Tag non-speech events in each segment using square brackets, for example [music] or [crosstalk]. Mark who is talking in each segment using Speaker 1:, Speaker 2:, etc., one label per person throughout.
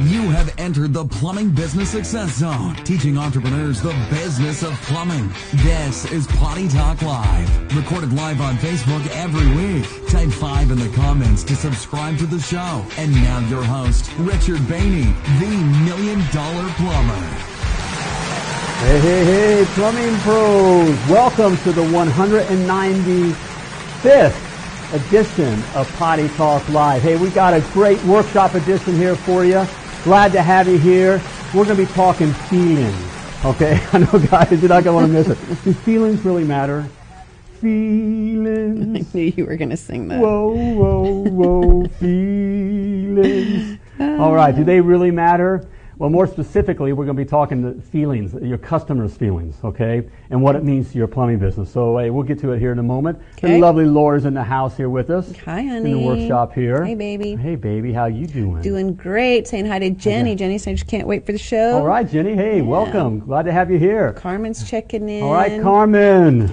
Speaker 1: You have entered the Plumbing Business Success Zone, teaching entrepreneurs the business of plumbing. This is Potty Talk Live, recorded live on Facebook every week. Type 5 in the comments to subscribe to the show. And now your host, Richard Bainey, the Million Dollar Plumber.
Speaker 2: Hey, hey, hey, plumbing pros, welcome to the 195th edition of Potty Talk Live. Hey, we got a great workshop edition here for you. Glad to have you here. We're going to be talking feelings, okay? [laughs] I know, guys, you're not going to want to miss it. Do feelings really matter? Feelings.
Speaker 3: [laughs] I knew you were going to sing that.
Speaker 2: Whoa, whoa, whoa, feelings. All right, do they really matter? Well, more specifically, we're going to be talking the feelings, your customers' feelings, okay, and what it means to your plumbing business. So hey, we'll get to it here in a moment. The
Speaker 3: Okay.
Speaker 2: lovely Laura's in the house here with us.
Speaker 3: Hi,
Speaker 2: In the
Speaker 3: honey.
Speaker 2: workshop here.
Speaker 3: Hey, baby.
Speaker 2: Hey, baby. How you doing?
Speaker 3: Doing great. Saying hi to Jenny. Jenny said she can't wait for the show.
Speaker 2: All right, Jenny. Hey, welcome. Glad to have you here.
Speaker 3: Carmen's checking in.
Speaker 2: All right, Carmen.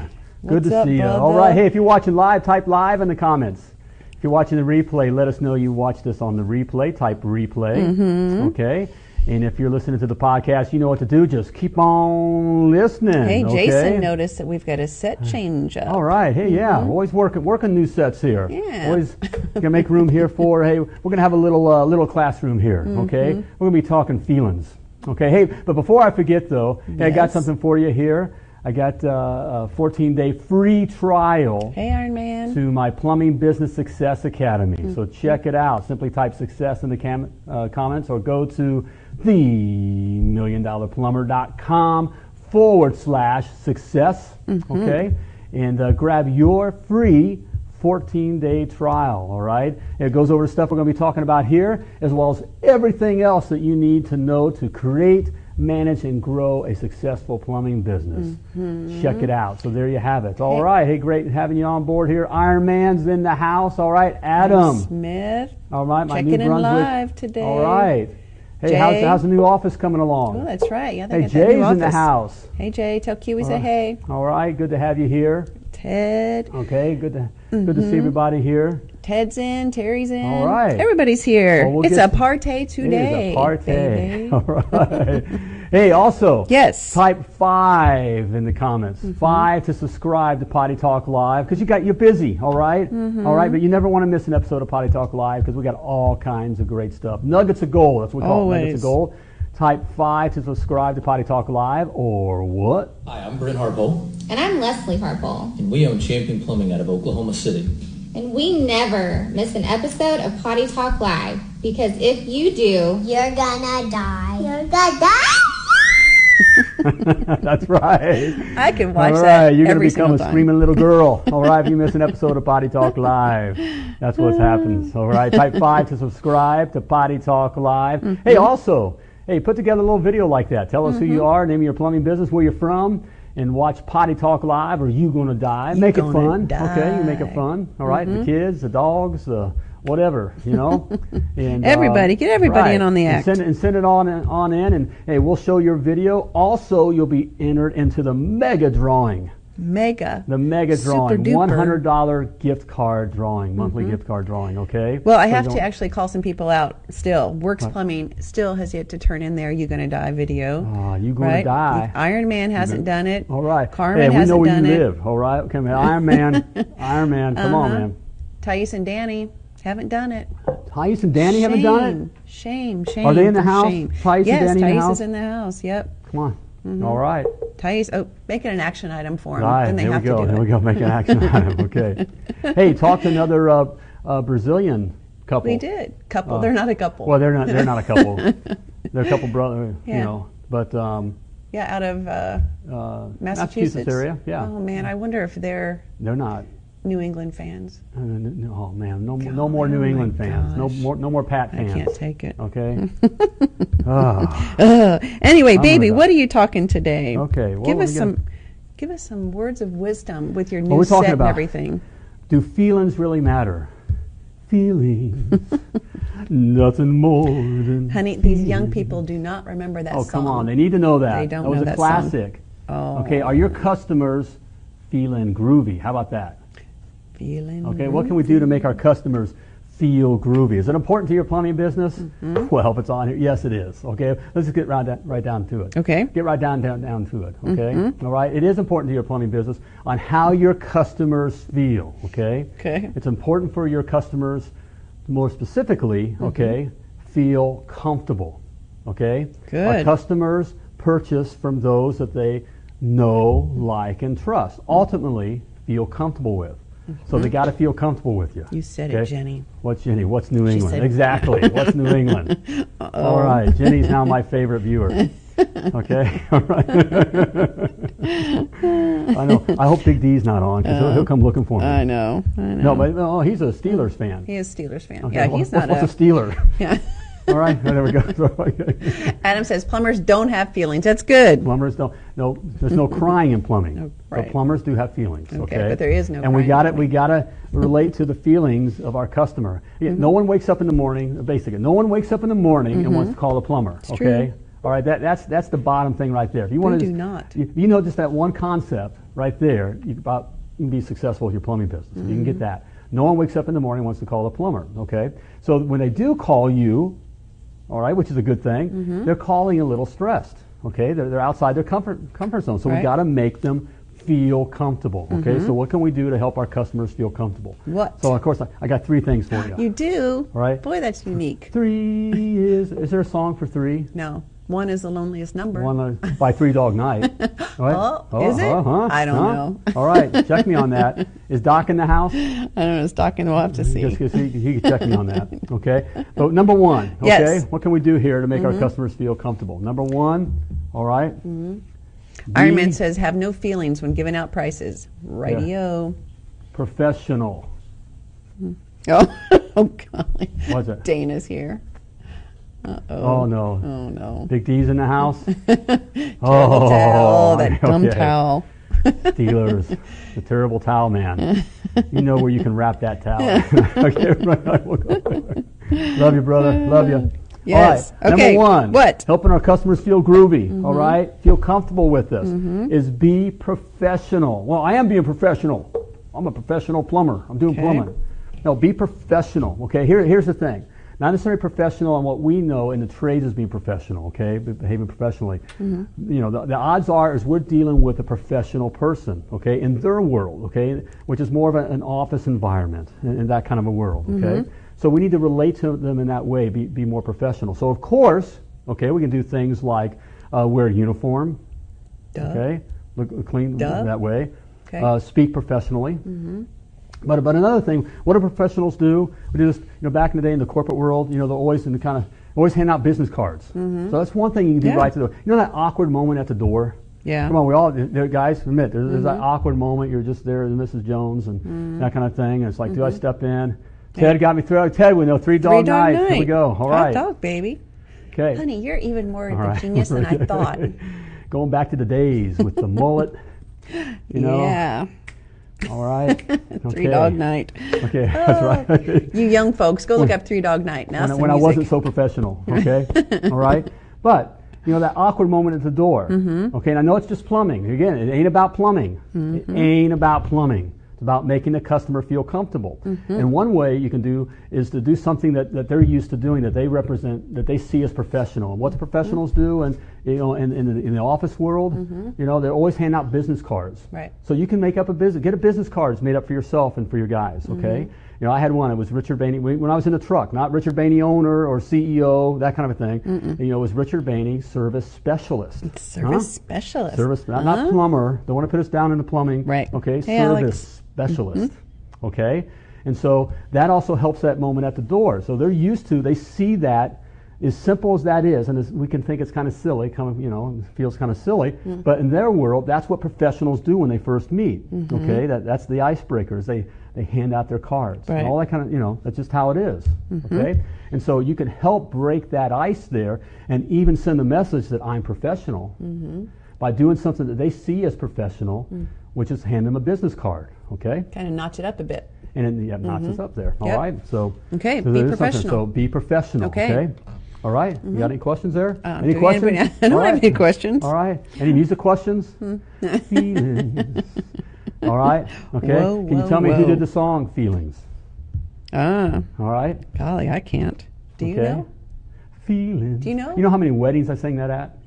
Speaker 2: Good
Speaker 3: What's
Speaker 2: to
Speaker 3: up,
Speaker 2: see you.
Speaker 3: Bubba?
Speaker 2: All right. Hey, if you're watching live, type live in the comments. If you're watching the replay, let us know you watched this on the replay. Type replay.
Speaker 3: Mm-hmm.
Speaker 2: Okay. And if you're listening to the podcast, you know what to do. Just keep on listening.
Speaker 3: Hey,
Speaker 2: okay?
Speaker 3: Jason noticed that we've got a set change up.
Speaker 2: All right. Hey, yeah. Always working working new sets here.
Speaker 3: Mm-hmm. Yeah.
Speaker 2: Always gonna make room here for. Hey, we're gonna have a little uh, little classroom here.
Speaker 3: Mm-hmm.
Speaker 2: Okay. We're gonna be talking feelings. Okay. Hey, but before I forget though, hey, I got
Speaker 3: Yes.
Speaker 2: something for you here. I got uh, a 14 day free trial
Speaker 3: Hey, Iron Man.
Speaker 2: to my Plumbing Business Success Academy. So check it out. Simply type success in the cam- uh, comments or go to themilliondollarplumber.com forward slash success. Okay? And uh, grab your free 14 day trial. All right? It goes over the stuff we're going to be talking about here as well as everything else that you need to know to create. Manage and grow a successful plumbing business. Check it out. So there you have it. All
Speaker 3: Mm-hmm. Hey,
Speaker 2: right. All right, hey, great having you on board here. Iron Man's in the house. All right, Adam.
Speaker 3: Smith.
Speaker 2: All right, my
Speaker 3: Checking
Speaker 2: New
Speaker 3: in
Speaker 2: Brunswick.
Speaker 3: live today.
Speaker 2: All right. Hey, how's,
Speaker 3: Jay.
Speaker 2: how's the new office coming along?
Speaker 3: Oh, that's right. Yeah,
Speaker 2: hey,
Speaker 3: they got that new
Speaker 2: Jay's in the
Speaker 3: office.
Speaker 2: house.
Speaker 3: Hey, Jay. Tell Kiwi say hey.
Speaker 2: All right, good to have you here.
Speaker 3: Ted.
Speaker 2: Okay, good to good
Speaker 3: Mm-hmm.
Speaker 2: to see everybody here.
Speaker 3: Ted's in. Terry's in.
Speaker 2: All right.
Speaker 3: Everybody's here.
Speaker 2: Well, we'll
Speaker 3: it's a
Speaker 2: get-
Speaker 3: party
Speaker 2: It
Speaker 3: today.
Speaker 2: is a party. [laughs]
Speaker 3: baby.
Speaker 2: All right. hey, also.
Speaker 3: Yes. Mm-hmm.
Speaker 2: Type five in the comments. Five to subscribe to Potty Talk Live because you got you're busy. All right?
Speaker 3: Mm-hmm.
Speaker 2: all right. But you never want to miss an episode of Potty Talk Live because we got all kinds of great stuff. Nuggets of gold. That's what we call it, nuggets
Speaker 3: Always.
Speaker 2: of gold. Type five to subscribe to Potty Talk Live or what? [laughs]
Speaker 4: Hi, I'm Brent Harbull,
Speaker 5: And I'm Leslie Harple,
Speaker 4: and we own Champion Plumbing out of Oklahoma City.
Speaker 5: and we never miss an episode of Potty Talk Live because if you do, you're gonna die. You're gonna die.
Speaker 2: That's right.
Speaker 3: I can watch
Speaker 2: All
Speaker 3: that
Speaker 2: right, you're
Speaker 3: every
Speaker 2: to become
Speaker 3: single
Speaker 2: a
Speaker 3: time.
Speaker 2: screaming
Speaker 3: [laughs]
Speaker 2: little girl. All right, if you miss an episode of Potty Talk Live, that's what
Speaker 3: Uh.
Speaker 2: happens. All right, type five to subscribe to Potty Talk Live.
Speaker 3: Mm-hmm.
Speaker 2: Hey, also, hey, put together a little video like that. Tell us who you are, name of your plumbing business, where you're from, and watch Potty Talk Live. Or you gonna die? make it
Speaker 3: gonna
Speaker 2: fun. Okay, you make
Speaker 3: die. Mm-hmm.
Speaker 2: it fun. All right, the kids, the dogs, the whatever, you
Speaker 3: [laughs]
Speaker 2: know. and uh,
Speaker 3: Everybody, get everybody in on the
Speaker 2: And
Speaker 3: act.
Speaker 2: send and send it on in, on in and hey we'll show your video also you'll be entered into the mega drawing
Speaker 3: Mega.
Speaker 2: the mega
Speaker 3: Super
Speaker 2: drawing
Speaker 3: duper. Mm-hmm.
Speaker 2: $100 gift card drawing monthly gift card drawing okay
Speaker 3: Well, I
Speaker 2: So
Speaker 3: have
Speaker 2: don't-
Speaker 3: to actually call some people out still. Works Plumbing still has yet to turn in their You Gonna Die video.
Speaker 2: Ah, You Gonna
Speaker 3: right?
Speaker 2: Die.
Speaker 3: Iron Man hasn't done it.
Speaker 2: all right
Speaker 3: Carmen
Speaker 2: hey we
Speaker 3: hasn't
Speaker 2: know where
Speaker 3: done
Speaker 2: you
Speaker 3: it.
Speaker 2: live all right okay man iron
Speaker 3: [laughs]
Speaker 2: man iron man come on
Speaker 3: Uh-huh.
Speaker 2: man
Speaker 3: Thais and Danny haven't done it.
Speaker 2: Thais and danny haven't done
Speaker 3: Shame, shame.
Speaker 2: Are they in the
Speaker 3: for
Speaker 2: house?
Speaker 3: Shame.
Speaker 2: Thais and
Speaker 3: yes,
Speaker 2: Danny in the
Speaker 3: Thais
Speaker 2: house?
Speaker 3: is in the house. Yep.
Speaker 2: it come on all right
Speaker 3: Thais, oh, make it an action item for them.
Speaker 2: All right,
Speaker 3: Mm-hmm. then they
Speaker 2: here
Speaker 3: have
Speaker 2: we go.
Speaker 3: to do
Speaker 2: here
Speaker 3: it.
Speaker 2: we go. Make an action item.
Speaker 3: [laughs]
Speaker 2: Okay. Hey, talk to another uh, uh, Brazilian couple.
Speaker 3: We did. Couple.
Speaker 2: Uh,
Speaker 3: they're not a couple.
Speaker 2: Well, they're not. They're not a
Speaker 3: [laughs]
Speaker 2: couple. they're a couple brother. You
Speaker 3: Yeah.
Speaker 2: know, but um,
Speaker 3: yeah, out of uh,
Speaker 2: uh,
Speaker 3: Massachusetts.
Speaker 2: area. Yeah,
Speaker 3: Oh, man. I wonder if they're
Speaker 2: they're not.
Speaker 3: New England fans.
Speaker 2: Uh, n- n- Oh man, no, no more
Speaker 3: oh
Speaker 2: New
Speaker 3: my
Speaker 2: England fans. No
Speaker 3: gosh.
Speaker 2: more, no more Pat fans.
Speaker 3: I can't take it. [laughs]
Speaker 2: Okay. Ah,
Speaker 3: Ugh. Anyway, baby,
Speaker 2: gonna
Speaker 3: what are you talking today?
Speaker 2: Okay, well,
Speaker 3: give us
Speaker 2: we're gonna-
Speaker 3: some, give us some words of wisdom with your new
Speaker 2: we're talking
Speaker 3: set
Speaker 2: about?
Speaker 3: and everything.
Speaker 2: do feelings really matter? Feelings,
Speaker 3: [laughs]
Speaker 2: nothing more than.
Speaker 3: Honey, these young people do not remember that
Speaker 2: Oh
Speaker 3: song.
Speaker 2: come on, they need to know that.
Speaker 3: They don't
Speaker 2: that was
Speaker 3: know
Speaker 2: a
Speaker 3: that song.
Speaker 2: classic.
Speaker 3: Oh.
Speaker 2: Okay, are your customers feeling groovy? How about that?
Speaker 3: Feeling.
Speaker 2: Okay, what can we do to make our customers feel groovy. Is it important to your plumbing business?
Speaker 3: Mm-hmm.
Speaker 2: [laughs] Well, if it's on here, yes, it is. Okay, let's just get right down, right down to it.
Speaker 3: Okay. Mm-hmm.
Speaker 2: Get right down down, down to it. Okay. All right. It is important to your plumbing business on how your customers feel. Okay.
Speaker 3: Okay.
Speaker 2: It's important for your customers, more specifically.
Speaker 3: Mm-hmm.
Speaker 2: Okay. Feel comfortable. Okay. Our
Speaker 3: Good.
Speaker 2: customers purchase from those that they know, like, and trust. Ultimately, feel comfortable with. So they got to feel comfortable with you.
Speaker 3: Mm-hmm. You said it, Jenny.
Speaker 2: What's Jenny? What's New England?
Speaker 3: said-
Speaker 2: exactly. What's
Speaker 3: [laughs]
Speaker 2: New England? All right. Jenny's now my favorite viewer. Okay. [laughs] All right. I know. I hope Big D's not on because he'll, he'll come looking for me.
Speaker 3: I know. I know.
Speaker 2: No, but no, he's a Steelers fan.
Speaker 3: He is a Steelers fan.
Speaker 2: Okay,
Speaker 3: yeah,
Speaker 2: what-
Speaker 3: he's not
Speaker 2: what's,
Speaker 3: a.
Speaker 2: what's a Steeler?
Speaker 3: [laughs] yeah.
Speaker 2: All right. There we go. [laughs]
Speaker 3: Adam says plumbers don't have feelings. That's good.
Speaker 2: Plumbers don't. No, there's no crying in
Speaker 3: [laughs]
Speaker 2: plumbing.
Speaker 3: right.
Speaker 2: But plumbers do have feelings. Okay,
Speaker 3: Okay, but there is no
Speaker 2: And we
Speaker 3: crying
Speaker 2: got
Speaker 3: in
Speaker 2: it. We got to relate to the feelings of our customer. Yeah,
Speaker 3: Mm-hmm.
Speaker 2: No one wakes up in the morning. Basically, no one wakes up in the morning and wants to call a plumber.
Speaker 3: true.
Speaker 2: okay. All right. That, that's that's the bottom thing right there. If you want
Speaker 3: do
Speaker 2: to
Speaker 3: not.
Speaker 2: You, you know just that one concept right there. You can about you can be successful with your plumbing business. You can
Speaker 3: Mm-hmm.
Speaker 2: get that. No one wakes up in the morning and wants to call a plumber. Okay. So when they do call you, all right, which is a good thing.
Speaker 3: Mm-hmm.
Speaker 2: They're calling a little stressed. Okay, they're, they're outside their comfort comfort zone, so we
Speaker 3: Right. Mm-hmm.
Speaker 2: got to make them feel comfortable. Okay, so what can we do to help our customers feel comfortable?
Speaker 3: What?
Speaker 2: So of course, I, I got three things for you.
Speaker 3: You do.
Speaker 2: All right.
Speaker 3: Boy, that's unique.
Speaker 2: Three is is there a song for three?
Speaker 3: No, one is the loneliest number.
Speaker 2: One uh, by Three Dog
Speaker 3: [laughs]
Speaker 2: Night. All right.
Speaker 3: Oh, is it? I don't know.
Speaker 2: All right, check me on
Speaker 3: [laughs]
Speaker 2: that. Is Doc in the house?
Speaker 3: I don't know. It's talking. We'll have to see.
Speaker 2: Just because he, he can check me on that. Okay. So number
Speaker 3: [laughs]
Speaker 2: one. Okay.
Speaker 3: Yes. Mm-hmm.
Speaker 2: What can we do here to make our customers feel comfortable? Number one. All right.
Speaker 3: Iron
Speaker 2: Be
Speaker 3: Man says have no feelings when giving out prices. Radio. [laughs]
Speaker 2: Professional.
Speaker 3: Oh, oh golly.
Speaker 2: Was
Speaker 3: [laughs]
Speaker 2: it?
Speaker 3: Dana's here. Uh oh.
Speaker 2: Oh no.
Speaker 3: Oh no.
Speaker 2: Big D's in the
Speaker 3: [laughs]
Speaker 2: house.
Speaker 3: Terrible towel. Oh, That dumb
Speaker 2: Oh, [laughs] okay.
Speaker 3: towel.
Speaker 2: Steelers. [laughs] the terrible towel man. You know where you can wrap that towel. [laughs] okay. Right, I will go there. Love you, brother. Love you.
Speaker 3: Yes.
Speaker 2: All right.
Speaker 3: Okay,
Speaker 2: Number one.
Speaker 3: what? Mm-hmm.
Speaker 2: Helping our customers feel groovy. all right. Feel comfortable with this. Is be professional. Well, I am being professional. I'm a professional plumber. I'm doing
Speaker 3: Okay.
Speaker 2: plumbing. No, be professional. Okay. Here, here's the thing. Not necessarily professional on what we know in the trades as being professional. Okay, be- behaving professionally. You know, the, the odds are is we're dealing with a professional person. Okay, in their world. Okay, which is more of a- an office environment in, in that kind of a world. Okay. So we need to relate to them in that way, be, be more professional. So, of course, okay, we can do things like uh, wear a uniform,
Speaker 3: Duh.
Speaker 2: okay, look clean
Speaker 3: Duh.
Speaker 2: that way,
Speaker 3: Okay. Mm-hmm.
Speaker 2: uh, speak professionally. But, but another thing, what do professionals do? We do this, you know, back in the day in the corporate world, you know, they're always in the kind of, always hand out business cards. So that's one thing you can do
Speaker 3: Mm-hmm. Yeah.
Speaker 2: right to the, you know that awkward moment at the door?
Speaker 3: Yeah. Mm-hmm.
Speaker 2: Come on, we all, there, guys, admit, there's, there's that awkward moment, you're just there, and Mrs. Jones and that kind of thing, and it's like, do I step in? Ted got me through, Ted, we know, three
Speaker 3: Mm-hmm. Three
Speaker 2: dog
Speaker 3: dog
Speaker 2: night, here we
Speaker 3: night.
Speaker 2: go, all
Speaker 3: Hot
Speaker 2: right.
Speaker 3: dog, baby.
Speaker 2: Okay.
Speaker 3: Honey, you're even more of
Speaker 2: All
Speaker 3: a
Speaker 2: right.
Speaker 3: genius than
Speaker 2: [laughs]
Speaker 3: I thought.
Speaker 2: Going back to the days with the
Speaker 3: [laughs]
Speaker 2: mullet, you know.
Speaker 3: yeah.
Speaker 2: All right.
Speaker 3: [laughs] Three dog Oh. night.
Speaker 2: Okay, [laughs] that's right.
Speaker 3: You young folks, go look up Three Dog Night. Now
Speaker 2: when I-
Speaker 3: some
Speaker 2: when I
Speaker 3: music.
Speaker 2: wasn't so professional.
Speaker 3: [laughs]
Speaker 2: Okay. All right. But you know that awkward moment at the door.
Speaker 3: Mm-hmm.
Speaker 2: Okay, and I know it's just plumbing. Again, it ain't about plumbing.
Speaker 3: Mm-hmm.
Speaker 2: It ain't about plumbing. It's about making the customer feel comfortable.
Speaker 3: Mm-hmm.
Speaker 2: And one way you can do is to do something that, that they're used to doing, that they represent, that they see as professional. And what the professionals
Speaker 3: Mm-hmm.
Speaker 2: do, and you know, in, in, the, in the office world, you know, they always hand out business cards.
Speaker 3: Right.
Speaker 2: So you can make up a business, get a business cards made up for yourself and for your guys. Okay. You know, I had one. It was Richard Bainey when when I was in a truck, not Richard Bainey owner or CEO, that kind of a thing. You know, it was Richard Bainey service specialist.
Speaker 3: Service
Speaker 2: Huh?
Speaker 3: specialist. Uh-huh.
Speaker 2: Service, not, not plumber. Don't want to put us down into plumbing.
Speaker 3: Right.
Speaker 2: Okay. service
Speaker 3: Hey, Alex. Mm-hmm.
Speaker 2: specialist. Okay. And so that also helps that moment at the door. So they're used to, they see that, as simple as that is, and as we can think it's kind of silly, kind of, you know, it feels kind of silly,
Speaker 3: Mm-hmm.
Speaker 2: but in their world, that's what professionals do when they first meet.
Speaker 3: Mm-hmm.
Speaker 2: Okay. That, that's the icebreakers. They, they hand out their cards and
Speaker 3: Right. Mm-hmm.
Speaker 2: all that kind of, you know, that's just how it is, Okay. And so you can help break that ice there and even send a message that I'm professional
Speaker 3: Mm-hmm.
Speaker 2: by doing something that they see as professional,
Speaker 3: Mm.
Speaker 2: which is hand them a business card. Okay.
Speaker 3: Kind of notch it up a bit.
Speaker 2: And it yeah, notches up there. All
Speaker 3: Mm-hmm. Yep.
Speaker 2: right. So
Speaker 3: Okay,
Speaker 2: so
Speaker 3: be
Speaker 2: there is something.
Speaker 3: professional.
Speaker 2: So be professional.
Speaker 3: Okay.
Speaker 2: Okay. All right. You got any questions there?
Speaker 3: Um,
Speaker 2: any
Speaker 3: do we- anybody-
Speaker 2: questions?
Speaker 3: I don't
Speaker 2: All
Speaker 3: have
Speaker 2: right.
Speaker 3: any [laughs] questions. Hmm.
Speaker 2: All right. Any music questions?
Speaker 3: [laughs]
Speaker 2: Feelings. All right. Okay.
Speaker 3: Whoa,
Speaker 2: Can
Speaker 3: whoa,
Speaker 2: you tell me
Speaker 3: whoa.
Speaker 2: who did the song Feelings?
Speaker 3: Ah,
Speaker 2: All right.
Speaker 3: golly, I can't. Do you
Speaker 2: okay.
Speaker 3: know?
Speaker 2: Feelings.
Speaker 3: Do you know?
Speaker 2: You know how many weddings I sang that
Speaker 3: [laughs]
Speaker 2: at?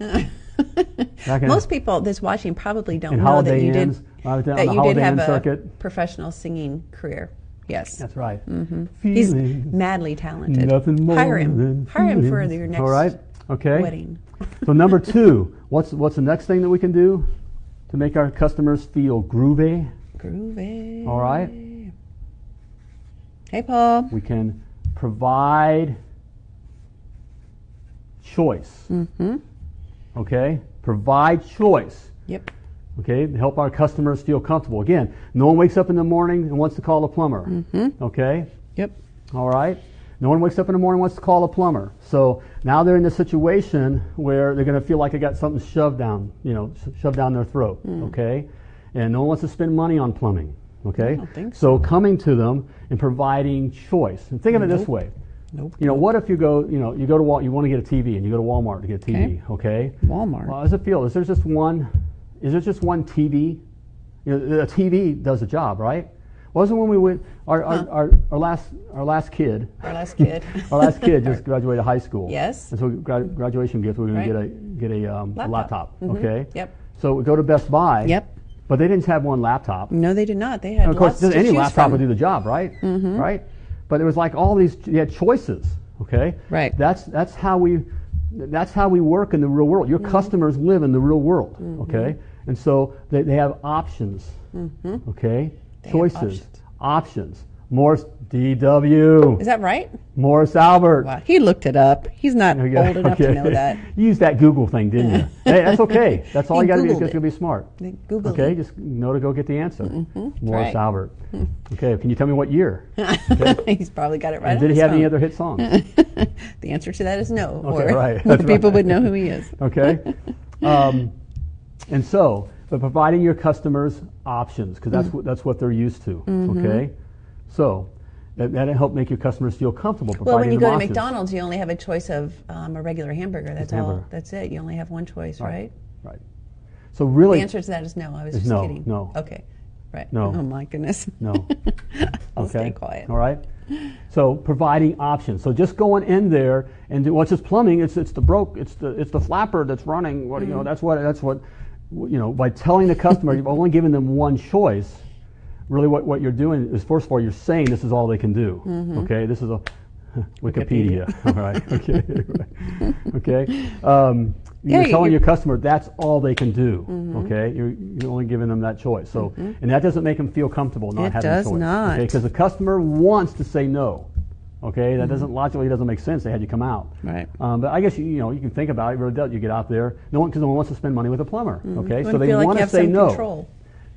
Speaker 2: Back in-
Speaker 3: Most people that's watching probably don't
Speaker 2: And
Speaker 3: know that
Speaker 2: Holiday
Speaker 3: you
Speaker 2: Inns,
Speaker 3: did
Speaker 2: I was down on the
Speaker 3: that you did
Speaker 2: Holiday
Speaker 3: have
Speaker 2: Inn
Speaker 3: a
Speaker 2: circuit.
Speaker 3: professional singing career. Yes,
Speaker 2: That's right. Mm-hmm.
Speaker 3: he's
Speaker 2: Feelings.
Speaker 3: madly talented.
Speaker 2: Nothing more
Speaker 3: Hire him.
Speaker 2: than
Speaker 3: Hire him for
Speaker 2: feelings.
Speaker 3: your next
Speaker 2: All right. Okay. [laughs]
Speaker 3: wedding.
Speaker 2: So number two, [laughs] what's what's the next thing that we can do to make our customers feel groovy?
Speaker 3: Groovy.
Speaker 2: All right.
Speaker 3: Hey, Paul.
Speaker 2: We can provide choice.
Speaker 3: Mm-hmm.
Speaker 2: Okay. Provide choice.
Speaker 3: Yep.
Speaker 2: Okay, to help our customers feel comfortable. Again, no one wakes up in the morning and wants to call a plumber.
Speaker 3: Mm-hmm.
Speaker 2: Okay,
Speaker 3: Yep.
Speaker 2: all right. No one wakes up in the morning and wants to call a plumber. So now they're in this situation where they're going to feel like they got something shoved down, you know, sho- shoved down their throat.
Speaker 3: Hmm.
Speaker 2: Okay, and no one wants to spend money on plumbing. Okay,
Speaker 3: don't think
Speaker 2: so coming to them and providing choice. And think of it
Speaker 3: Mm-hmm.
Speaker 2: this way.
Speaker 3: Nope.
Speaker 2: You know, what if you go, you know, you go to Wal, you want to get a TV, and you go to Walmart to get a TV. Okay.
Speaker 3: Walmart.
Speaker 2: Well, does it feel? Is there just one? Is there just one TV? You know, a TV does the job, right? Wasn't when we went our, our, our, our last our last kid.
Speaker 3: Our last kid.
Speaker 2: [laughs] Our last kid
Speaker 3: [laughs]
Speaker 2: just graduated high school.
Speaker 3: Yes.
Speaker 2: And so gra- graduation gift, we are going
Speaker 3: Right.
Speaker 2: to get a get a, um, a
Speaker 3: Laptop.
Speaker 2: laptop.
Speaker 3: Mhm.
Speaker 2: Okay.
Speaker 3: Yep.
Speaker 2: So we go to Best Buy.
Speaker 3: Yep.
Speaker 2: But they didn't have one laptop.
Speaker 3: No, they did not. They had
Speaker 2: And of course,
Speaker 3: lots to
Speaker 2: any
Speaker 3: choose
Speaker 2: laptop
Speaker 3: from. Mm-hmm.
Speaker 2: would do the job, right? Right. But it was like all these you had choices. Okay.
Speaker 3: Right.
Speaker 2: That's that's how we that's how we work in the real world. Your
Speaker 3: Mm-hmm.
Speaker 2: customers live in the real world. Okay. And so they, they have options. Okay.
Speaker 3: Mm-hmm. have
Speaker 2: choices.
Speaker 3: options.
Speaker 2: Options. Morse DW.
Speaker 3: Is that right?
Speaker 2: Morse Albert.
Speaker 3: Wow. He looked it up. He's
Speaker 2: [laughs]
Speaker 3: not
Speaker 2: There
Speaker 3: old
Speaker 2: you go.
Speaker 3: enough to
Speaker 2: Okay.
Speaker 3: know that.
Speaker 2: [laughs] you used that Google thing, didn't
Speaker 3: [laughs]
Speaker 2: you? hey, that's okay. That's all
Speaker 3: He
Speaker 2: you got to do.
Speaker 3: Googled
Speaker 2: is Just
Speaker 3: it.
Speaker 2: to be smart.
Speaker 3: They Googled
Speaker 2: Okay,
Speaker 3: it. Mm-hmm.
Speaker 2: just know to go get the answer. Morris
Speaker 3: right.
Speaker 2: Albert.
Speaker 3: [laughs]
Speaker 2: okay, can you tell me what year?
Speaker 3: He's probably got it right.
Speaker 2: And
Speaker 3: on
Speaker 2: did he
Speaker 3: his
Speaker 2: have any
Speaker 3: phone.
Speaker 2: other hit songs?
Speaker 3: [laughs] The answer to that is no.
Speaker 2: Okay,
Speaker 3: or [laughs]
Speaker 2: right, that's
Speaker 3: people
Speaker 2: right.
Speaker 3: would know who he is.
Speaker 2: [laughs] okay, um, and so, but providing your customers options because
Speaker 3: Mm.
Speaker 2: that's what that's what they're used to.
Speaker 3: Mm-hmm.
Speaker 2: Okay, so that that help make your customers feel comfortable.
Speaker 3: Well, when
Speaker 2: providing
Speaker 3: you
Speaker 2: them
Speaker 3: go to
Speaker 2: options.
Speaker 3: McDonald's, you only have a choice of um, a regular hamburger. That's all.
Speaker 2: hamburger.
Speaker 3: That's it. You only have one choice, right?
Speaker 2: right? So really,
Speaker 3: The answer to that is no. I was just
Speaker 2: no,
Speaker 3: kidding.
Speaker 2: no.
Speaker 3: Okay. Right.
Speaker 2: No.
Speaker 3: Oh my goodness.
Speaker 2: no.
Speaker 3: [laughs] I'll stay quiet.
Speaker 2: All right. So providing options. So just going in there and do, well, it's just plumbing. It's it's the broke. It's the it's the flapper that's running. What
Speaker 3: Mm-hmm.
Speaker 2: you know? That's what that's what you know. By telling the customer, you've only given them one choice. Really, what, what you're doing is first of all, you're saying this is all they can do.
Speaker 3: Mm-hmm.
Speaker 2: Okay. This is a [laughs] Wikipedia. [laughs] all right. Okay. right. Okay.
Speaker 3: [laughs]
Speaker 2: Um,
Speaker 3: Yeah,
Speaker 2: you're telling
Speaker 3: you're-
Speaker 2: your customer that's all they can do.
Speaker 3: Mm-hmm.
Speaker 2: Okay. You're, you're only giving them that choice. So and that doesn't make them feel comfortable not
Speaker 3: It
Speaker 2: having
Speaker 3: does
Speaker 2: choice.
Speaker 3: not.
Speaker 2: Okay? because the customer wants to say no. Okay, that doesn't logically doesn't make sense. They had you come out.
Speaker 3: Right.
Speaker 2: Um, but I guess you, you know you can think about it. It Really, does. you get out there. No one because no one wants to spend money with a plumber. Okay,
Speaker 3: You
Speaker 2: so
Speaker 3: wanna
Speaker 2: they
Speaker 3: feel like
Speaker 2: want to
Speaker 3: you have
Speaker 2: say
Speaker 3: some
Speaker 2: no
Speaker 3: control.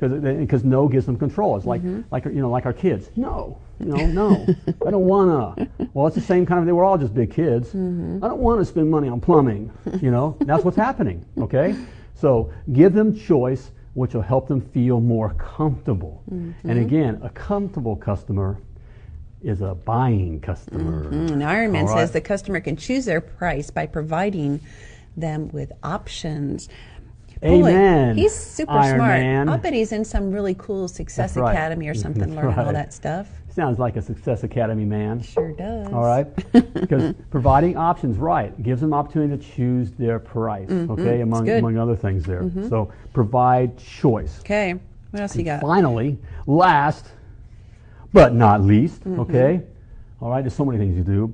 Speaker 3: Mm-hmm.
Speaker 2: because no gives them control. It's like like you know like our kids. No, no, no. I don't wanna. Well, it's the same kind of thing. We're all just big kids.
Speaker 3: Mm-hmm.
Speaker 2: I don't want to spend money on plumbing. You know that's what's happening. Okay, so give them choice, which will help them feel more comfortable.
Speaker 3: Mm-hmm.
Speaker 2: And again, a comfortable customer is a buying customer.
Speaker 3: And Iron Man
Speaker 2: All
Speaker 3: says
Speaker 2: right.
Speaker 3: the customer can choose their price by providing them with options.
Speaker 2: Amen,
Speaker 3: Boy, he's super
Speaker 2: Iron
Speaker 3: smart.
Speaker 2: Man.
Speaker 3: I'll bet he's in some really cool Success
Speaker 2: That's right.
Speaker 3: Academy or something,
Speaker 2: That's
Speaker 3: learning all
Speaker 2: right.
Speaker 3: that stuff.
Speaker 2: Sounds like a Success Academy man.
Speaker 3: Sure does.
Speaker 2: All right, because providing options, right, gives them opportunity to choose their price. Okay, among
Speaker 3: good.
Speaker 2: among other things there. So provide choice.
Speaker 3: Okay. What else you got?
Speaker 2: Finally, last but not least, okay. All right, there's so many things you do,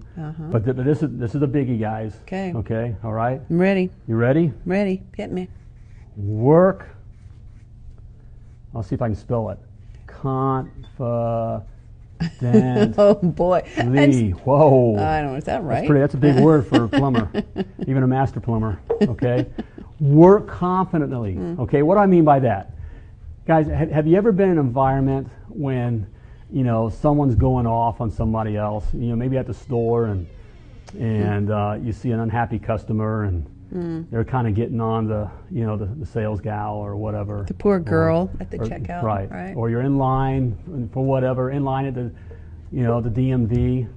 Speaker 2: but, th- but this is this is a biggie, guys.
Speaker 3: 'Kay.
Speaker 2: Okay. All right.
Speaker 3: I'm ready.
Speaker 2: You ready?
Speaker 3: I'm ready. Hit me.
Speaker 2: Work. I'll see if I can spell it. Confident.
Speaker 3: Oh boy. That's-
Speaker 2: Lee. Whoa.
Speaker 3: I don't know. Is that right?
Speaker 2: That's pretty. That's a big word
Speaker 3: [laughs]
Speaker 2: for a plumber, even a master plumber. Okay, work confidently.
Speaker 3: Mm.
Speaker 2: Okay, what do I mean by that, guys? Have, have you ever been in an environment when you know someone's going off on somebody else? You know, maybe at the store, and and uh, you see an unhappy customer, and
Speaker 3: Mm.
Speaker 2: they're kind of getting on the you know the, the sales gal or whatever.
Speaker 3: the poor
Speaker 2: Or-
Speaker 3: girl at the
Speaker 2: or-
Speaker 3: checkout.
Speaker 2: right?
Speaker 3: Right.
Speaker 2: Or you're in line for whatever, in line at the, you know, the
Speaker 3: Mm.
Speaker 2: DMV,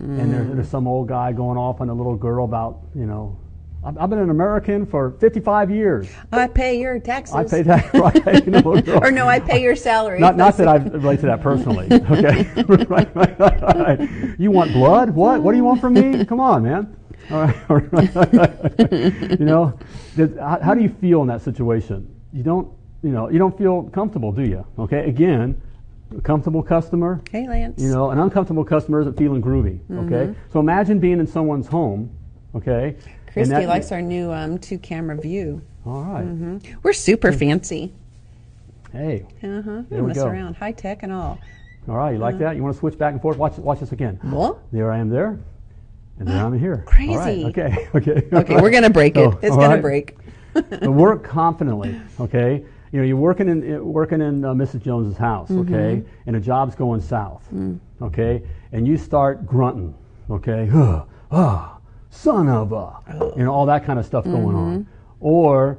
Speaker 2: and there, there's some old guy going off on a little girl about, you know, I've I've been an American for 55 years.
Speaker 3: I pay your taxes.
Speaker 2: I pay that [laughs] right. You know, girl.
Speaker 3: [laughs] or no,
Speaker 2: [laughs]
Speaker 3: I pay your salary.
Speaker 2: Not, not that I relate to that
Speaker 3: [laughs]
Speaker 2: personally. Okay. [laughs] right, right, right, all right. You want blood? What? What do you want from me? Come on, man. [laughs] All right. all right. you know, does, how, how do you feel in that situation? You don't. You know, you don't feel comfortable, do you? Okay. Again, a comfortable customer.
Speaker 3: Hey, Lance.
Speaker 2: You know, an uncomfortable customer isn't feeling groovy. Okay.
Speaker 3: Mm-hmm.
Speaker 2: So imagine being in someone's home. Okay. and
Speaker 3: Christy
Speaker 2: that-
Speaker 3: likes Mm-hmm. our new um, two camera view.
Speaker 2: All right.
Speaker 3: We're super fancy.
Speaker 2: Hey.
Speaker 3: Uh huh.
Speaker 2: Hmm. Uh-huh. There we
Speaker 3: mess
Speaker 2: go.
Speaker 3: around, high tech and all.
Speaker 2: All right. You like that? You want to switch back and forth? Watch. Watch this again.
Speaker 3: What?
Speaker 2: There I am there, and there I'm here. All right,
Speaker 3: Crazy.
Speaker 2: Okay. [laughs] Okay.
Speaker 3: Okay, we're gonna break it.
Speaker 2: Oh,
Speaker 3: it's
Speaker 2: all
Speaker 3: gonna
Speaker 2: right.
Speaker 3: break.
Speaker 2: [laughs] But work confidently. Okay. You know, you're working in uh, working in uh, Mrs. Jones's house.
Speaker 3: Mm-hmm.
Speaker 2: Okay. And a job's going south.
Speaker 3: Mm.
Speaker 2: Okay. And you start grunting. Okay. [sighs] Ah, son of a. You know all that kind of stuff going
Speaker 3: Mm-hmm.
Speaker 2: on. Or,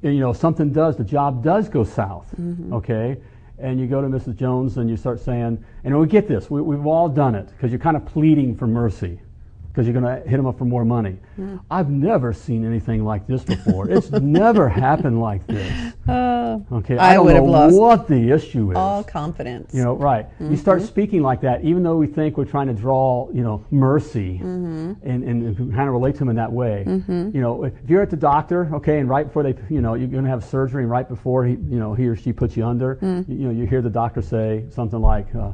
Speaker 2: you know, something does the job does go south.
Speaker 3: Mm-hmm.
Speaker 2: Okay. And you go to Mrs. Jones and you start saying, and we get this, we, we've all done it because you're kind of pleading for mercy because you're going to hit them up for more money. I've never seen anything like this before. it's
Speaker 3: [laughs]
Speaker 2: never happened like this. okay, I,
Speaker 3: Uh, I
Speaker 2: don't
Speaker 3: would
Speaker 2: know
Speaker 3: have lost
Speaker 2: what the issue is.
Speaker 3: All confidence.
Speaker 2: you know, right? You start speaking like that, even though we think we're trying to draw, you know, mercy, and, and kind of relate to them in that way. You know, if you're at the doctor, okay, and right before they, you know, you're going to have surgery, and right before he, you know, he or she puts you under, you, you know, you hear the doctor say something like. Uh,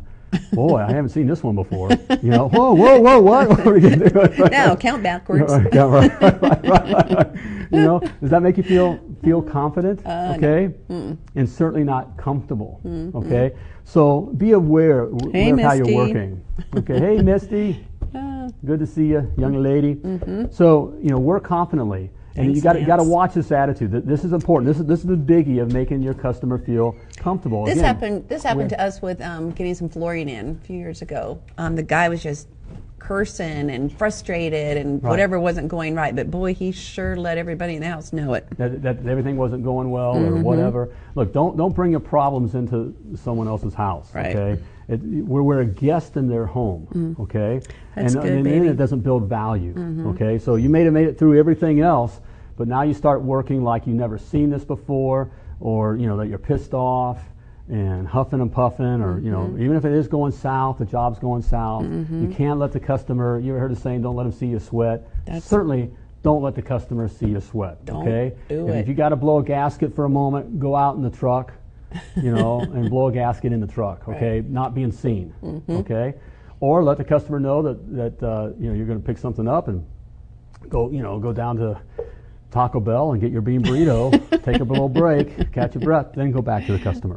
Speaker 2: Boy, I haven't seen this one before. You know, whoa, whoa, whoa, what? [laughs]
Speaker 3: now count backwards.
Speaker 2: Right, [laughs] yeah, right, right, right, right, right. You know, does that make you feel feel confident?
Speaker 3: Uh,
Speaker 2: okay, and certainly not comfortable. Okay, so be aware, w-
Speaker 3: Hey,
Speaker 2: aware of how you're
Speaker 3: Misty.
Speaker 2: working. Okay, hey Misty,
Speaker 3: [laughs]
Speaker 2: good to see you, young lady. So you know, work confidently, and
Speaker 3: Mm-hmm. Thanks,
Speaker 2: you got to got to
Speaker 3: Lance.
Speaker 2: watch this attitude. Th- This is important. This is this is the biggie of making your customer feel comfortable.
Speaker 3: This
Speaker 2: Again,
Speaker 3: happened. This happened to us with um, getting some fluorine in a few years ago. Um, the guy was just cursing and frustrated and
Speaker 2: Right.
Speaker 3: whatever wasn't going right. But boy, he sure let everybody in the house know it.
Speaker 2: that, that everything wasn't going well
Speaker 3: Mm-hmm.
Speaker 2: or whatever. Look, don't don't bring your problems into someone else's house.
Speaker 3: Right. Mm.
Speaker 2: Okay, it, we're we're a guest in their home. Okay,
Speaker 3: That's
Speaker 2: and, and in
Speaker 3: good,
Speaker 2: the end,
Speaker 3: baby. Mm-hmm.
Speaker 2: it doesn't build value. Okay, so you may have made it through everything else, but now you start working like you've never seen this before, or you know that you're pissed off. And huffing and puffing, or you
Speaker 3: Mm-hmm.
Speaker 2: know, even if it is going south, the job's going south. You can't let the customer. You ever heard the saying, "Don't let them see you sweat." Certainly, don't let the customer see you sweat.
Speaker 3: Don't
Speaker 2: okay,
Speaker 3: do
Speaker 2: And
Speaker 3: it.
Speaker 2: if you got to blow a gasket for a moment, go out in the truck, you
Speaker 3: [laughs]
Speaker 2: know, and blow a gasket in the truck, okay? Not being seen,
Speaker 3: Mm-hmm.
Speaker 2: okay? Or let the customer know that, that uh, you know, you're going to pick something up and go, you know, go down to Taco Bell and get your bean
Speaker 3: [laughs]
Speaker 2: burrito, take a little break, catch your breath, then go back to the customer,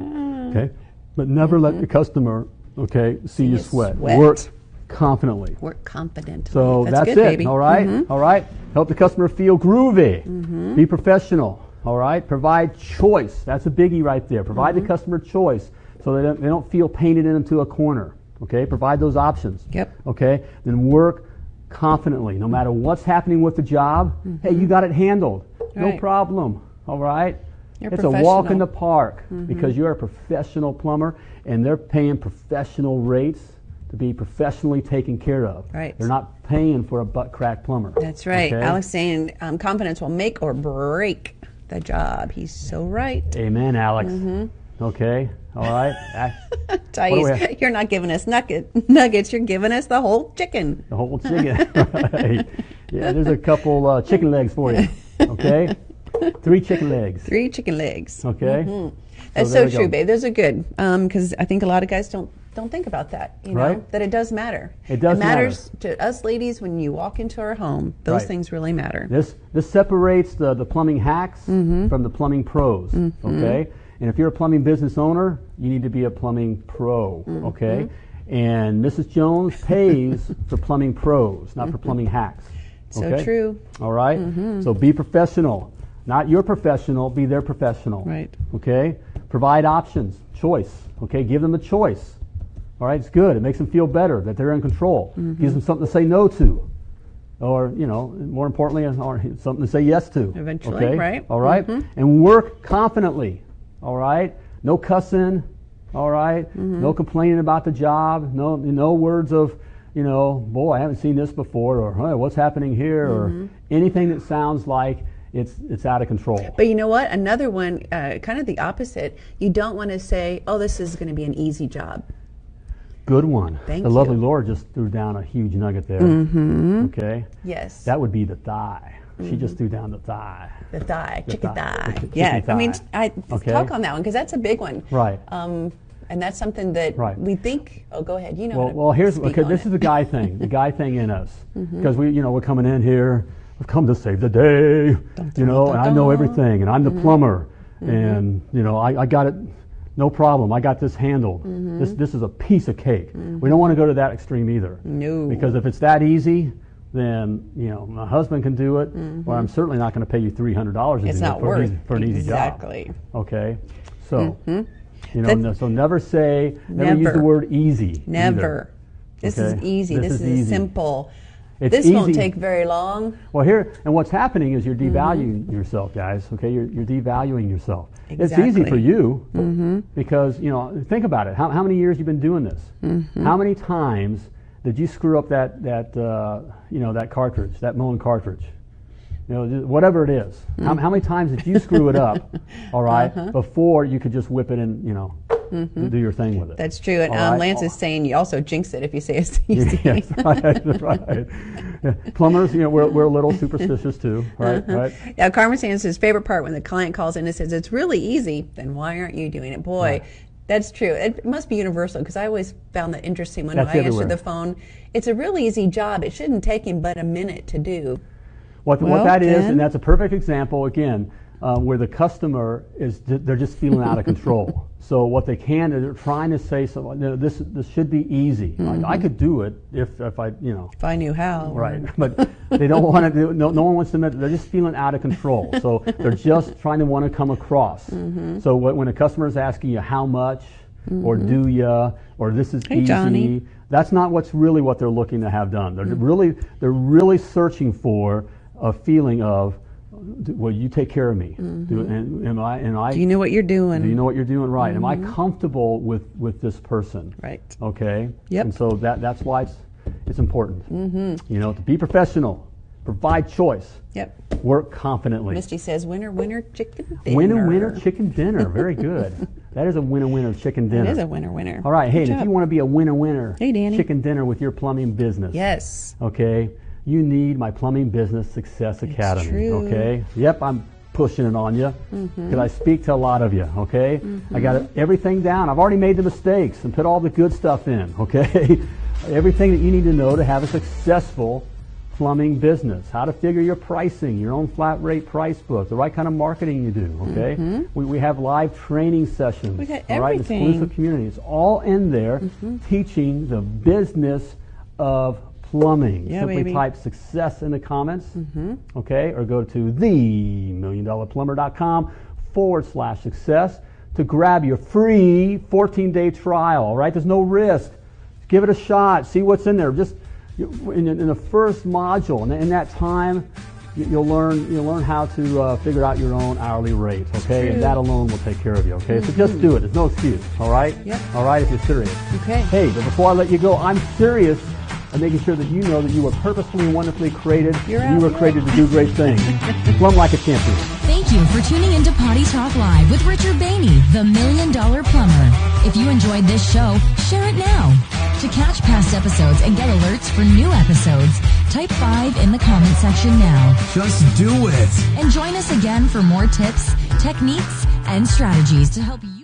Speaker 2: okay? But never let the customer, okay, see you sweat.
Speaker 3: sweat.
Speaker 2: Work confidently.
Speaker 3: We're confident.
Speaker 2: So that's,
Speaker 3: good,
Speaker 2: it.
Speaker 3: baby. Mm-hmm.
Speaker 2: All right? All right. Help the customer feel groovy. Be professional. All right. Provide choice. That's a biggie right there. Provide
Speaker 3: Mm-hmm.
Speaker 2: the customer choice so they don't, they don't feel painted into a corner. Okay. Provide those options.
Speaker 3: Yep.
Speaker 2: Okay. Then work confidently. No matter what's happening with the job, hey, you got it handled. No
Speaker 3: Mm-hmm. Right.
Speaker 2: problem. All right.
Speaker 3: You're
Speaker 2: it's a walk in
Speaker 3: professional.
Speaker 2: the park
Speaker 3: Mm-hmm.
Speaker 2: because you're a professional plumber and they're paying professional rates to be professionally taken care of.
Speaker 3: Right.
Speaker 2: They're not paying for a butt crack plumber.
Speaker 3: That's right.
Speaker 2: Okay?
Speaker 3: Alex saying um, confidence will make or break the job. He's so right.
Speaker 2: Amen, Alex.
Speaker 3: Mm-hmm.
Speaker 2: Okay. All
Speaker 3: [laughs]
Speaker 2: right. Ac- What do we
Speaker 3: Thais, [laughs] you're not giving us nugget, nuggets. You're giving us the whole chicken.
Speaker 2: the whole chicken. [laughs] right. Yeah, there's a couple uh, chicken legs for you.
Speaker 3: [laughs]
Speaker 2: Okay. Three chicken legs.
Speaker 3: Three chicken legs.
Speaker 2: Okay.
Speaker 3: Mm-hmm. That's
Speaker 2: there
Speaker 3: so,
Speaker 2: we
Speaker 3: true,
Speaker 2: go.
Speaker 3: babe. Those are good because I think a lot of guys don't don't think about that. You know
Speaker 2: Right.
Speaker 3: that it does matter.
Speaker 2: It does matter.
Speaker 3: matters to us ladies when you walk into our home. Those
Speaker 2: Right.
Speaker 3: things really matter.
Speaker 2: This this separates the, the plumbing hacks
Speaker 3: Mm-hmm.
Speaker 2: from the plumbing pros. Okay, and if you're a plumbing business owner, you need to be a plumbing pro.
Speaker 3: Mm-hmm.
Speaker 2: Okay, and Mrs. Jones [laughs] pays for plumbing pros, not for plumbing hacks.
Speaker 3: So true.
Speaker 2: All right?
Speaker 3: Mm-hmm.
Speaker 2: So be professional, not your professional. Be their professional.
Speaker 3: Right.
Speaker 2: Okay. Provide options, choice. Okay, give them a choice. All right, it's good. It makes them feel better that they're in control.
Speaker 3: Mm-hmm.
Speaker 2: Gives them something to say no to or you know, more importantly, or something to say yes to.
Speaker 3: Eventually,
Speaker 2: okay?
Speaker 3: right?
Speaker 2: All right?
Speaker 3: Mm-hmm.
Speaker 2: and work confidently. All right, no
Speaker 3: Mm-hmm.
Speaker 2: cussing. All right? no complaining about the job. No, no words of, you know, boy, I haven't seen this before, or "Huh, what's happening here,
Speaker 3: Mm-hmm.
Speaker 2: or anything that sounds like it's it's out of control.
Speaker 3: But you know what? Another one, uh, kind of the opposite. You don't want to say, "Oh, this is going to be an easy job."
Speaker 2: Good one.
Speaker 3: Thank
Speaker 2: the lovely
Speaker 3: you. Mm-hmm.
Speaker 2: Lord just threw down a huge nugget there. Okay,
Speaker 3: Yes,
Speaker 2: that would be the thigh. She
Speaker 3: Mm-hmm.
Speaker 2: just threw down the thigh.
Speaker 3: the thigh, chicken
Speaker 2: thigh.
Speaker 3: thigh.
Speaker 2: The chicken
Speaker 3: yeah, I mean,
Speaker 2: thigh.
Speaker 3: I
Speaker 2: Okay.
Speaker 3: talk on that one because that's a big one.
Speaker 2: Right.
Speaker 3: Um, and that's something that
Speaker 2: Right.
Speaker 3: we think. Oh, go ahead. You know. how
Speaker 2: Well,
Speaker 3: to
Speaker 2: well, here's
Speaker 3: speak
Speaker 2: okay.
Speaker 3: on
Speaker 2: This is
Speaker 3: it. Mm-hmm.
Speaker 2: the guy thing. The guy thing in us, because we, you know, we're coming in here. We've come to save the day, you know, and I know everything, and I'm
Speaker 3: Mm-hmm.
Speaker 2: the plumber, and you know, I, I got it, no problem. I got this handled.
Speaker 3: Mm-hmm.
Speaker 2: This this is a piece of cake. We don't want to go to that extreme either.
Speaker 3: No.
Speaker 2: because if it's that easy. Then you know my husband can do it, or I'm certainly not going to pay you three hundred dollars.
Speaker 3: Mm-hmm. It's not
Speaker 2: for an
Speaker 3: worth
Speaker 2: easy, for an easy
Speaker 3: exactly. Mm-hmm.
Speaker 2: job. Okay, so you know,
Speaker 3: That's-
Speaker 2: no- so never say never, use the
Speaker 3: Never.
Speaker 2: word easy. either.
Speaker 3: Never. This is
Speaker 2: Okay.
Speaker 3: easy.
Speaker 2: This is
Speaker 3: This, is,
Speaker 2: easy.
Speaker 3: simple.
Speaker 2: It's
Speaker 3: this won't
Speaker 2: easy.
Speaker 3: take very long.
Speaker 2: Well, here, and what's happening is you're
Speaker 3: Mm-hmm.
Speaker 2: devaluing yourself, guys. Okay, you're, you're devaluing yourself. It's easy for
Speaker 3: Exactly. Mm-hmm.
Speaker 2: you because you know. Think about it. How, how many years you've been doing this?
Speaker 3: Mm-hmm.
Speaker 2: How many times did you screw up that that uh, you know that cartridge, that Moen cartridge? You know, th- whatever it is. How,
Speaker 3: Mm.
Speaker 2: how many times did you screw it
Speaker 3: [laughs]
Speaker 2: up? All right,
Speaker 3: Uh-huh.
Speaker 2: before you could just whip it and you know do your thing with it.
Speaker 3: Mm-hmm. That's true. And
Speaker 2: All
Speaker 3: um,
Speaker 2: right.
Speaker 3: Lance is saying you also jinx it if you say it's [laughs] easy.
Speaker 2: [laughs] yes, right, [laughs] right. Yeah. Plumbers, you know, we're, we're a little superstitious too, right?
Speaker 3: Uh-huh.
Speaker 2: Right.
Speaker 3: Now, Carmen Sands, his favorite part when the client calls in and says, It's really easy, then why aren't you doing it? Boy, that's true. It must be universal because I always found that interesting when
Speaker 2: That's
Speaker 3: I
Speaker 2: everywhere.
Speaker 3: answered the phone. It's a really easy job. It shouldn't take him but a minute to do.
Speaker 2: What, what
Speaker 3: Well,
Speaker 2: that is,
Speaker 3: then-
Speaker 2: and that's a perfect example again, um, where the customer is ju- they're just feeling out of control.
Speaker 3: [laughs]
Speaker 2: So what they can is they're trying to say something. No, this this should be easy. Like,
Speaker 3: Mm-hmm.
Speaker 2: I could do it if if I you know
Speaker 3: If I knew how.
Speaker 2: right, [laughs] but they don't want to. Do, no, no one wants to admit. They're just feeling out of control. So they're just trying to want to come across.
Speaker 3: Mm-hmm.
Speaker 2: So what, when a customer is asking you how much, or do ya, or this is
Speaker 3: Mm-hmm. Hey,
Speaker 2: easy,
Speaker 3: Johnny. Mm.
Speaker 2: that's not what's really what they're looking to have done. They're really they're really searching for a feeling of, well, you take care of me. Do, and, am I? And I?
Speaker 3: Mm-hmm. Do you know Mm-hmm. what you're doing?
Speaker 2: do you know what you're doing right? Am I comfortable with with this person?
Speaker 3: Right.
Speaker 2: Okay.
Speaker 3: Yep.
Speaker 2: And so that that's why it's it's important. Mm-hmm. You know, to be professional, provide choice,
Speaker 3: Yep.
Speaker 2: work confidently.
Speaker 3: Misty says, Winner, winner, chicken dinner.
Speaker 2: Winner, winner, chicken dinner. Very
Speaker 3: [laughs]
Speaker 2: good. that is a winner, winner, chicken dinner.
Speaker 3: It is a winner, winner.
Speaker 2: All right. Hey, and
Speaker 3: Good
Speaker 2: if
Speaker 3: job.
Speaker 2: you want to be a winner, winner,
Speaker 3: Hey, Danny.
Speaker 2: chicken dinner with your plumbing business.
Speaker 3: Yes.
Speaker 2: Okay. You need my plumbing business success academy.
Speaker 3: true. Mm-hmm.
Speaker 2: Okay. Yep, I'm pushing it on you because I speak to a lot of you. Okay. I got everything down. I've already made the mistakes and put all the good stuff in. [laughs] Okay. everything that you need to know to have a successful plumbing business. How to figure your pricing, your own flat rate price book, the right kind of marketing you do. Okay. We, we have live training sessions.
Speaker 3: Mm-hmm. We got
Speaker 2: All right.
Speaker 3: everything.
Speaker 2: Exclusive community. It's all in there
Speaker 3: Mm-hmm.
Speaker 2: teaching the business of plumbing.
Speaker 3: Yeah,
Speaker 2: Simply
Speaker 3: baby.
Speaker 2: type success in the comments, okay, or go to themilliondollarplumber.com forward slash success to grab your free 14 day trial, all right? There's no risk. Give it a shot, see what's in there. Just in, in the first module, and in that time, you- You'll learn. You'll learn how to uh, figure out your own hourly rate. Okay, and that alone will take care of you. Okay, so just do it. There's no excuse. All right.
Speaker 3: Yep.
Speaker 2: All right, if you're serious.
Speaker 3: Okay.
Speaker 2: Hey, but before I let you go, I'm serious at making sure that you know that you were purposefully and wonderfully created.
Speaker 3: You're
Speaker 2: you
Speaker 3: out
Speaker 2: were
Speaker 3: there.
Speaker 2: created to do great
Speaker 3: [laughs]
Speaker 2: things. Plumb like a champion.
Speaker 6: Thank you for tuning into Potty Talk Live with Richard Bainey, the Million Dollar Plumber. If you enjoyed this show, share it now. To catch past episodes and get alerts for new episodes, type 5 in the comment section now.
Speaker 1: Just do it.
Speaker 6: And join us again for more tips, techniques, and strategies to help you.